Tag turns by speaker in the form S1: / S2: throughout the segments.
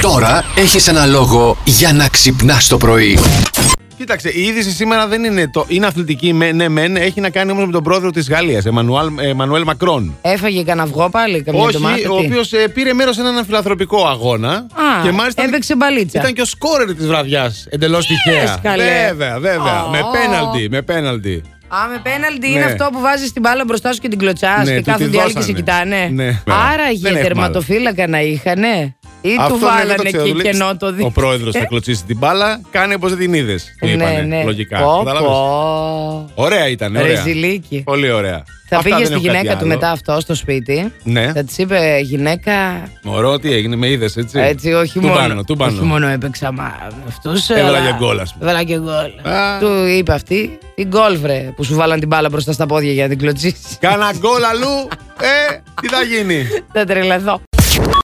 S1: Τώρα έχεις ένα λόγο για να ξυπνάς το πρωί.
S2: Κοίταξε, η είδηση σήμερα δεν είναι. Το... Είναι αθλητική, με, ναι, μεν. Έχει να κάνει όμως με τον πρόεδρο της Γαλλίας, Εμμανουέλ Μακρόν.
S3: Έφαγε κανένα αυγό πάλι, καμιά ντομάτα,
S2: Όχι,
S3: τι?
S2: ο οποίο πήρε μέρος σε έναν φιλανθρωπικό αγώνα.
S3: Α, έπαιξε μπαλίτσα.
S2: Ήταν και ο σκόρερ της βραδιάς. Εντελώς τυχαία.
S3: καλέ.
S2: Βέβαια, βέβαια.
S3: Ω.
S2: Με πέναλτι, με πέναλτι.
S3: Α, με πέναλτι
S2: Ναι.
S3: είναι αυτό που βάζεις την μπάλα μπροστά σου και την κλωτσάς
S2: Ναι,
S3: και
S2: του τη
S3: κάθονται οι άλλοι και σε
S2: δώσανε.
S3: κοιτάνε.
S2: Ναι. Δεν
S3: Άραγε
S2: έχουμε
S3: τερματοφύλακα να είχανε. Ή του
S2: Αυτό, ναι, δεν το
S3: βάλανε
S2: ξέρω.
S3: εκεί
S2: Λέει,
S3: κενό το δι. Ε.
S2: Ο πρόεδρος θα κλωτσίσει την μπάλα, κάνε πω δεν την είδες.
S3: Ναι, ναι.
S2: Λογικά.
S3: Πω,
S2: Κατάλαβες.
S3: πω.
S2: Ωραία ήταν,
S3: Ρε
S2: ωραία.
S3: ζηλίκι.
S2: Πολύ ωραία.
S3: Θα
S2: Αυτά δεν
S3: πήγε στη
S2: έχω κάτι
S3: γυναίκα του
S2: άλλο.
S3: μετά αυτό στο σπίτι.
S2: Ναι.
S3: Θα της είπε γυναίκα.
S2: Μωρό, τι έγινε, με είδες έτσι.
S3: Έτσι, όχι
S2: του
S3: μόνο.
S2: Πάνω, του πάνω.
S3: Όχι μόνο έπαιξα μα, με αυτούς.
S2: Έβαλα και γκολ, ας πούμε.
S3: Έβαλα και γκολ.
S2: Α.
S3: Του είπε αυτή την γκολ, βρε, που σου βάλαν την μπάλα μπροστά στα πόδια για να την κλωτσίσεις.
S2: Κάνα γκολ αλλού, ε, τι θα γίνει.
S3: Θα τρελαθώ.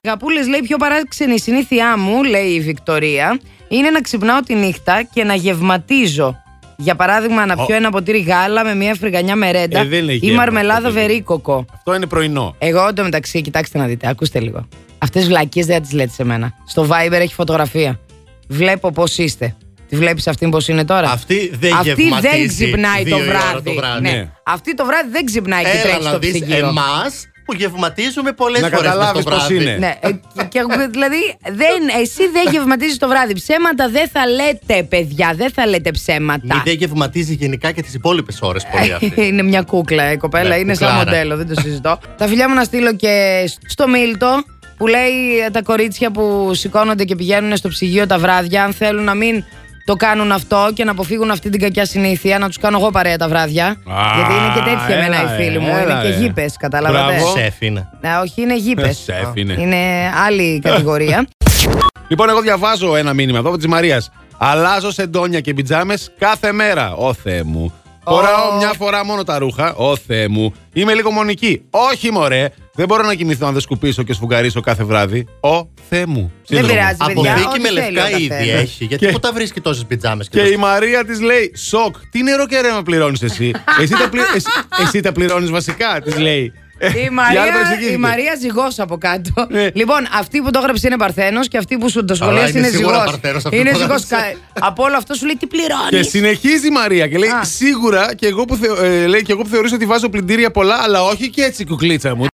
S3: Γαπούλε λέει: Πιο παράξενη συνήθειά μου, λέει η Βικτωρία, είναι να ξυπνάω τη νύχτα και να γευματίζω. Για παράδειγμα, να
S2: Ω.
S3: πιω ένα ποτήρι γάλα με μια φρυγανιά μερέντα
S2: Ε, δεν είναι
S3: ή
S2: γεύμα αυτό,
S3: μαρμελάδα
S2: παιδί μου.
S3: βερίκοκο.
S2: Αυτό είναι πρωινό.
S3: Εγώ εντωμεταξύ, κοιτάξτε να δείτε, ακούστε λίγο. Αυτές βλακίες δεν τις λέτε σε μένα. Στο Viber έχει φωτογραφία. Βλέπω πώς είστε. Τη βλέπεις αυτήν πώς είναι τώρα.
S4: Αυτή δεν
S3: Αυτή
S4: γευματίζει
S3: δεν ξυπνάει
S4: δύο
S3: το
S4: η ώρα
S3: βράδυ.
S4: το βράδυ.
S3: Ναι.
S2: Ναι.
S3: Αυτή το βράδυ δεν ξυπνάει και
S4: Έλα
S3: τρέχει
S4: να
S3: στο
S4: δεις
S3: ψυγείο.
S4: εμάς που γευματίζουμε πολλές
S2: Να
S4: φορές μες το
S2: καταλάβεις πώς
S4: βράδυ.
S2: είναι.
S3: Ναι, ε, και, εγώ, δηλαδή δεν, εσύ δεν γευματίζεις το βράδυ. Ψέματα δεν θα λέτε, παιδιά, δεν θα λέτε
S4: Μη
S3: ψέματα. Ε,
S4: δεν γευματίζει γενικά και τις υπόλοιπες ώρες πολύ αυτή.
S3: είναι μια κούκλα η κοπέλα,
S4: Ναι,
S3: είναι σαν
S4: κουκλάρα.
S3: μοντέλο, δεν το συζητώ. Τα φιλιά μου να στείλω και στο Μίλτο που λέει ε, τα κορίτσια που σηκώνονται και πηγαίνουν στο ψυγείο τα βράδια, αν θέλουν να μην το κάνουν αυτό και να αποφύγουν αυτή την κακιά συνήθεια, να τους κάνω εγώ παρέα τα βράδια. γιατί είναι και τέτοια
S2: έλα,
S3: εμένα οι φίλοι μου.
S2: έλα,
S3: είναι και
S2: ε.
S3: γήπες, καταλάβατε.
S2: Μπράβο.
S4: Σεφ είναι.
S3: Α, όχι, είναι γήπες.
S2: Σεφ είναι.
S3: είναι άλλη κατηγορία.
S2: Λοιπόν, εγώ διαβάζω ένα μήνυμα εδώ από της Μαρίας. Αλλάζω σεντόνια και πιτζάμες κάθε μέρα. Ω Θεέ μου. Φοράω μια φορά μόνο τα ρούχα. Ω Θεέ μου. Είμαι λίγο μονική. Όχι, μωρέ. Δεν μπορώ να κοιμηθώ αν δεν σκουπίσω και σφουγγαρίσω κάθε βράδυ. Ω Θεέ μου. Σύνδρομο.
S3: πειράζει. Παιδιά,
S4: Αποθήκη
S3: ό,τι
S4: με
S3: θέλει
S4: λευκά
S3: ο
S4: ήδη
S3: καθένας.
S4: έχει. Γιατί
S2: Και-
S4: πού τα βρίσκει τόσες πιτζάμες και
S2: Και η
S4: τόσες-
S2: Μαρία της λέει: Σοκ, τι νερό και ρέμα πληρώνεις εσύ. εσύ, τα πλη... εσύ, εσύ τα πληρώνεις βασικά, της λέει. Ε,
S3: Η
S2: η
S3: Μαρία,
S2: άλλη παρεξηγήθηκε.
S3: η Μαρία ζυγός από κάτω.
S2: Ναι.
S3: Λοιπόν, αυτή που το έγραψε είναι Παρθένος και αυτή που σου το σχολίασε
S4: είναι
S3: είναι
S4: σίγουρα
S3: ζυγός.
S4: Παρθένος αυτή
S3: Είναι
S4: που το
S3: ζυγός.
S4: έγραψε.
S3: Από όλο αυτό σου λέει τι
S2: Και
S3: πληρώνει.
S2: συνεχίζει η Μαρία και λέει:
S3: Α.
S2: Σίγουρα και εγώ που, θεω- ε, λέει, και εγώ που θεωρούσα ότι βάζω πλυντήρια πολλά, αλλά όχι και έτσι, κουκλίτσα μου.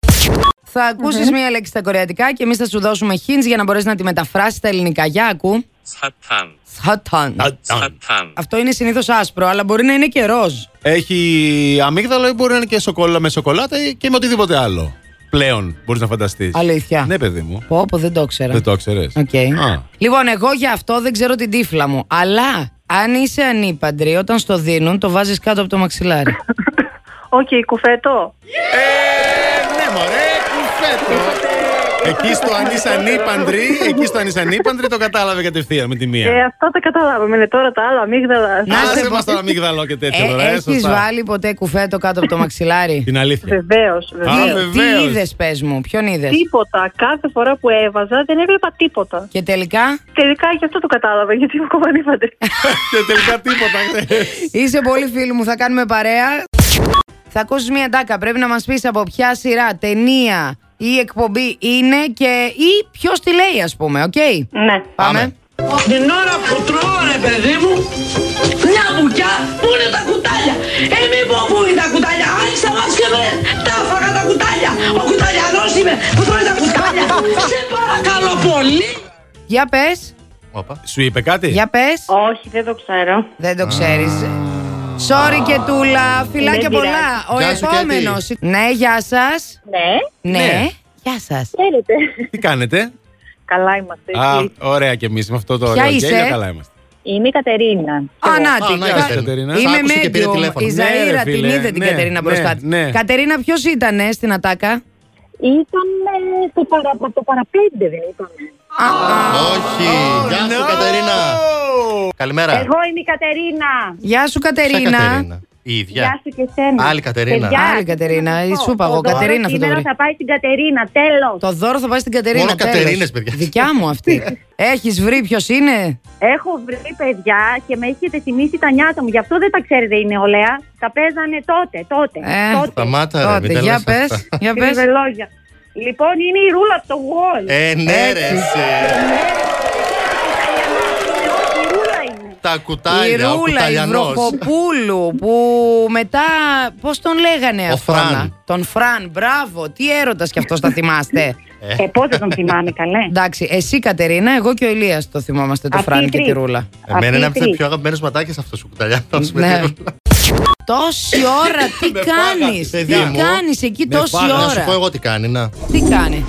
S3: Θα ακούσεις μία λέξη στα κορεατικά και εμείς θα σου δώσουμε hints για να μπορέσεις να τη μεταφράσεις στα ελληνικά. Για ακού.
S5: 사탕,
S3: Σατάν.
S5: 사탕,
S3: Αυτό είναι συνήθως άσπρο, αλλά μπορεί να είναι και ροζ.
S2: Έχει αμύγδαλο ή μπορεί να είναι και σοκολα, με σοκολάτα ή και με οτιδήποτε άλλο. Πλέον μπορείς να φανταστείς.
S3: Αλήθεια.
S2: Ναι, παιδί μου.
S3: Πω, πω, δεν το ξέρω.
S2: Δεν το ξέρει.
S3: Οκ. Λοιπόν, εγώ για αυτό δεν ξέρω την τύφλα μου. Αλλά αν είσαι ανήπαντρη, όταν στο δίνουν, το βάζεις κάτω από το μαξιλάρι.
S6: Οκ, κουφέτο.
S2: Ναι, μωρέ, κουφέτο. Εκεί στο αν είσαι ανήπαντρη, εκεί στο αν είσαι ανήπαντρη το κατάλαβε κατευθείαν με τη
S6: Ε,
S2: μία.
S6: αυτά τα καταλάβαμε. Είναι τώρα τα άλλα αμύγδαλα.
S3: Να σε
S2: Άσε
S3: πω-
S2: μας τώρα αμύγδαλο και τέτοια τώρα, ε,
S3: Έχει
S2: σωστά.
S3: ε, βάλει ποτέ κουφέτο κάτω από το μαξιλάρι.
S2: Την αλήθεια.
S6: Βεβαίω,
S2: Α,
S6: βεβαίω.
S2: βε-
S3: Τι
S2: βεβαίως.
S3: είδε, πε μου, ποιον είδε.
S6: Τίποτα. Κάθε φορά που έβαζα δεν έβλεπα τίποτα.
S3: Και τελικά
S6: Τελικά γι' αυτό το κατάλαβα, γιατί μου κομμανίβατε.
S2: Και τελικά τίποτα. ξέρεις.
S3: είσαι πολύ φίλη μου, θα κάνουμε παρέα. Θα ακούσει μία τάκα. Πρέπει να μα πει από ποια σειρά, ταινία ή εκπομπή είναι και ή ποιος τη λέει, ας πούμε, οκ.
S6: ναι.
S3: Πάμε.
S7: Την ώρα που τρώω ρε παιδί μου Μια μπουκιά Πού είναι τα κουτάλια Ε μη πω πού είναι τα κουτάλια Άνοιξε μας και βρες Τα έφαγα τα κουτάλια Ο κουταλιανός είμαι που τρώει τα κουτάλια Σε παρακαλώ πολύ
S3: Για πες,
S4: Όπα.
S2: Σου είπε κάτι.
S3: για πες.
S6: Όχι, δεν το ξέρω.
S3: Δεν το ξέρεις. Sorry και τούλα, φιλάκια
S6: Δεν πειράζει.
S3: πολλά. Ο
S4: Γεια σου, Κέτη.
S3: επόμενος. Ναι, γεια σας.
S6: Ναι,
S3: Ναι, γεια σας.
S6: θέλετε.
S2: Τι κάνετε.
S6: Καλά είμαστε.
S2: Α,
S6: εσείς.
S2: ωραία κι εμείς με αυτό το
S3: Ποια
S2: ωραίο
S3: είσαι?
S2: γέλιο. Καλά είμαστε.
S6: Είμαι η Κατερίνα.
S3: Ανάτη.
S4: Α, ναι, Κατερίνα. Σ'
S3: Είμαι
S4: άκουσε και πήρε
S3: μέντιο.
S4: τηλέφωνο.
S3: Η
S2: Ναι, ρε,
S3: Ζαήρα την
S2: φίλε.
S3: είδε την
S2: Ναι, ναι,
S3: Κατερίνα μπροστά της.
S2: ναι.
S3: Κατερίνα, ποιος ήταν στην Ατάκα.
S6: Ήταν ε, στο παρα, από το παραπέντε, δεν ήταν.
S4: Όχι.
S3: Oh,
S4: Γεια σου Κατερίνα. Καλημέρα.
S6: Εγώ είμαι η Κατερίνα.
S3: Γεια σου,
S4: Ποια
S3: Κατερίνα.
S4: Κατερίνα. Η
S6: Γεια
S4: ίδια.
S6: σου και σένα.
S4: Άλλη Κατερίνα.
S6: Παιδιά,
S3: Άλλη Κατερίνα,
S6: τι να
S3: η
S6: σας πω.
S3: σούπα
S6: Ο
S3: εγώ,
S6: δώρος
S3: Κατερίνα θα το
S6: σήμερα
S3: βρει.
S6: θα πάει στην Κατερίνα, τέλος.
S3: Το δώρο θα πάει στην Κατερίνα.
S4: Μόνο
S3: τέλος.
S4: Κατερίνες, παιδιά.
S3: Δικιά μου αυτή. Έχεις βρει ποιος είναι.
S6: Έχω βρει παιδιά και με έχετε θυμίσει τα νιάτα μου. Γι' αυτό δεν τα ξέρετε η νεολαία. Τα παίζανε τότε, τότε.
S3: Ε,
S6: τότε.
S4: Σταμάτα ρε. μην
S3: Τότε,
S4: τα
S3: για
S4: λες
S3: πες.
S4: αυτά.
S3: Για
S6: Στην
S3: πες.
S6: Ευελόγια. Λοιπόν, είναι η ρούλα από το Wall.
S4: Ε, ναι ρε. εσύ. τα κουτάλια,
S3: η
S4: ο
S3: Ρούλα, η
S4: κουταλιανός.
S3: Βροχοπούλου, που μετά. Πώς τον λέγανε
S4: Ο
S3: αυτό.
S4: Φραν.
S3: να- Τον Φραν, μπράβο, τι έρωτας κι αυτός θα θυμάστε.
S6: Ε, πώς δεν τον θυμάμαι καλέ.
S3: Εντάξει, εσύ Κατερίνα, εγώ και ο Ηλίας το θυμόμαστε το
S6: Αυτοί οι
S3: Φραν και
S6: τρεις.
S3: τη Ρούλα.
S4: Εμένα είναι από
S6: Αυτοί
S4: τι
S6: οι
S4: πιο αγαπημένε ματάκια αυτός ο κουταλιανός. με
S3: Ναι.
S4: τη Ρούλα.
S3: Τόση ώρα, τι
S2: Με φάγατε,
S3: κάνεις, τι
S4: παιδιά μου.
S3: κάνεις εκεί
S2: Με
S3: τόση
S2: φάγατε,
S4: Να σου πω
S3: ώρα.
S4: εγώ τι κάνει, να.
S3: Τι κάνει.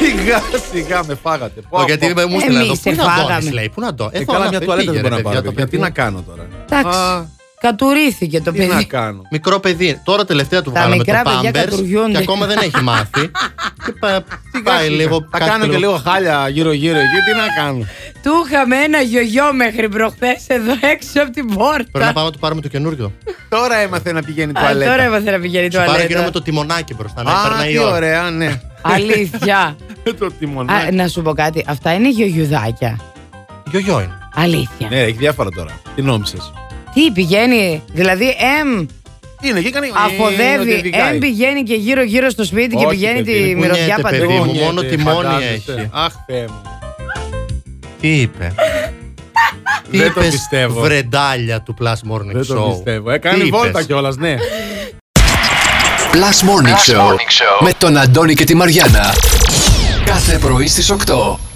S2: Σιγά, σιγά με φάγατε. Πω,
S4: Ω, γιατί
S2: πω.
S4: με μου
S3: Εμείς
S4: στείλανε εδώ.
S3: σε
S4: Πού να
S3: φάγαμε.
S4: ντώνεις, λέει. Πού να ντώνεις.
S2: Ε,
S4: Εδώ,
S2: καλά,
S4: να
S2: μια
S4: πει,
S2: τουαλέτα δεν
S4: πήγαινε,
S2: μπορώ να πάρω.
S4: παιδιά, το
S2: παιδιά. Τι
S4: παιδί.
S2: να κάνω τώρα.
S3: Εντάξει.
S2: Α,
S3: Κατουρίθηκε το
S2: Τι να
S3: παιδί.
S2: κάνω.
S4: Μικρό παιδί. Τώρα τελευταία του
S3: Τα
S4: βγάλαμε το
S3: μικρά παιδιά
S4: Pampers και
S3: κατουργιούνται.
S4: ακόμα δεν έχει μάθει. Και πα- πάει λίγο.
S2: Θα
S4: κάτι
S2: κάνω και λίγο χάλια γύρω-γύρω εκεί. Τι να κάνω.
S3: Του είχαμε ένα γιογιό μέχρι προχθές εδώ έξω από την
S4: Πρέπει να
S3: πόρτα.
S4: πάμε να του πάρουμε το καινούριο.
S2: Τώρα έμαθε να πηγαίνει
S3: Α,
S2: τουαλέτα.
S3: Τώρα έμαθε να πηγαίνει
S4: Σου πάρω εκείνο με
S3: το
S4: το τιμονάκι μπροστά. Να
S2: Α,
S4: περνάει η
S2: τι
S4: ώρα.
S2: ωραία, ναι.
S3: Αλήθεια.
S2: Το Ναι.
S3: Α,
S4: Ναι.
S3: ναι.
S2: τιμονάκι.
S3: να σου πω κάτι. Αυτά είναι γιογιουδάκια.
S4: Γιογιό είναι.
S3: Αλήθεια.
S2: Ναι, έχει διάφορα τώρα. Τι νόμισες.
S3: Τι πηγαίνει, δηλαδή
S4: Ε,
S3: M
S2: Είναι και κάνει. Ε,
S3: αφοδεύει, M
S2: οδηγάει.
S3: πηγαίνει και γύρω-γύρω στο σπίτι και
S2: Όχι,
S3: πηγαίνει
S2: παιδί,
S3: τη μυρωδιά
S4: κουνιέται, παιδί
S3: παντού.
S4: μου. μόνο
S2: Κουνιέται,
S4: τιμόνι
S2: ε, φαντάζεσαι.
S4: έχει.
S2: Αχ, Θεέ μου.
S4: Τι είπε. Τι
S2: Δεν το
S4: είπες,
S2: πιστεύω.
S4: Βρεντάλια του Plus Morning
S2: Δεν
S4: Show.
S2: το πιστεύω. Ε,
S4: Τι
S2: κάνει
S4: είπες?
S2: βόλτα κιόλας, ναι.
S1: Plus Morning, Show, με τον Αντώνη και τη Μαριάνα. Κάθε πρωί στις 8.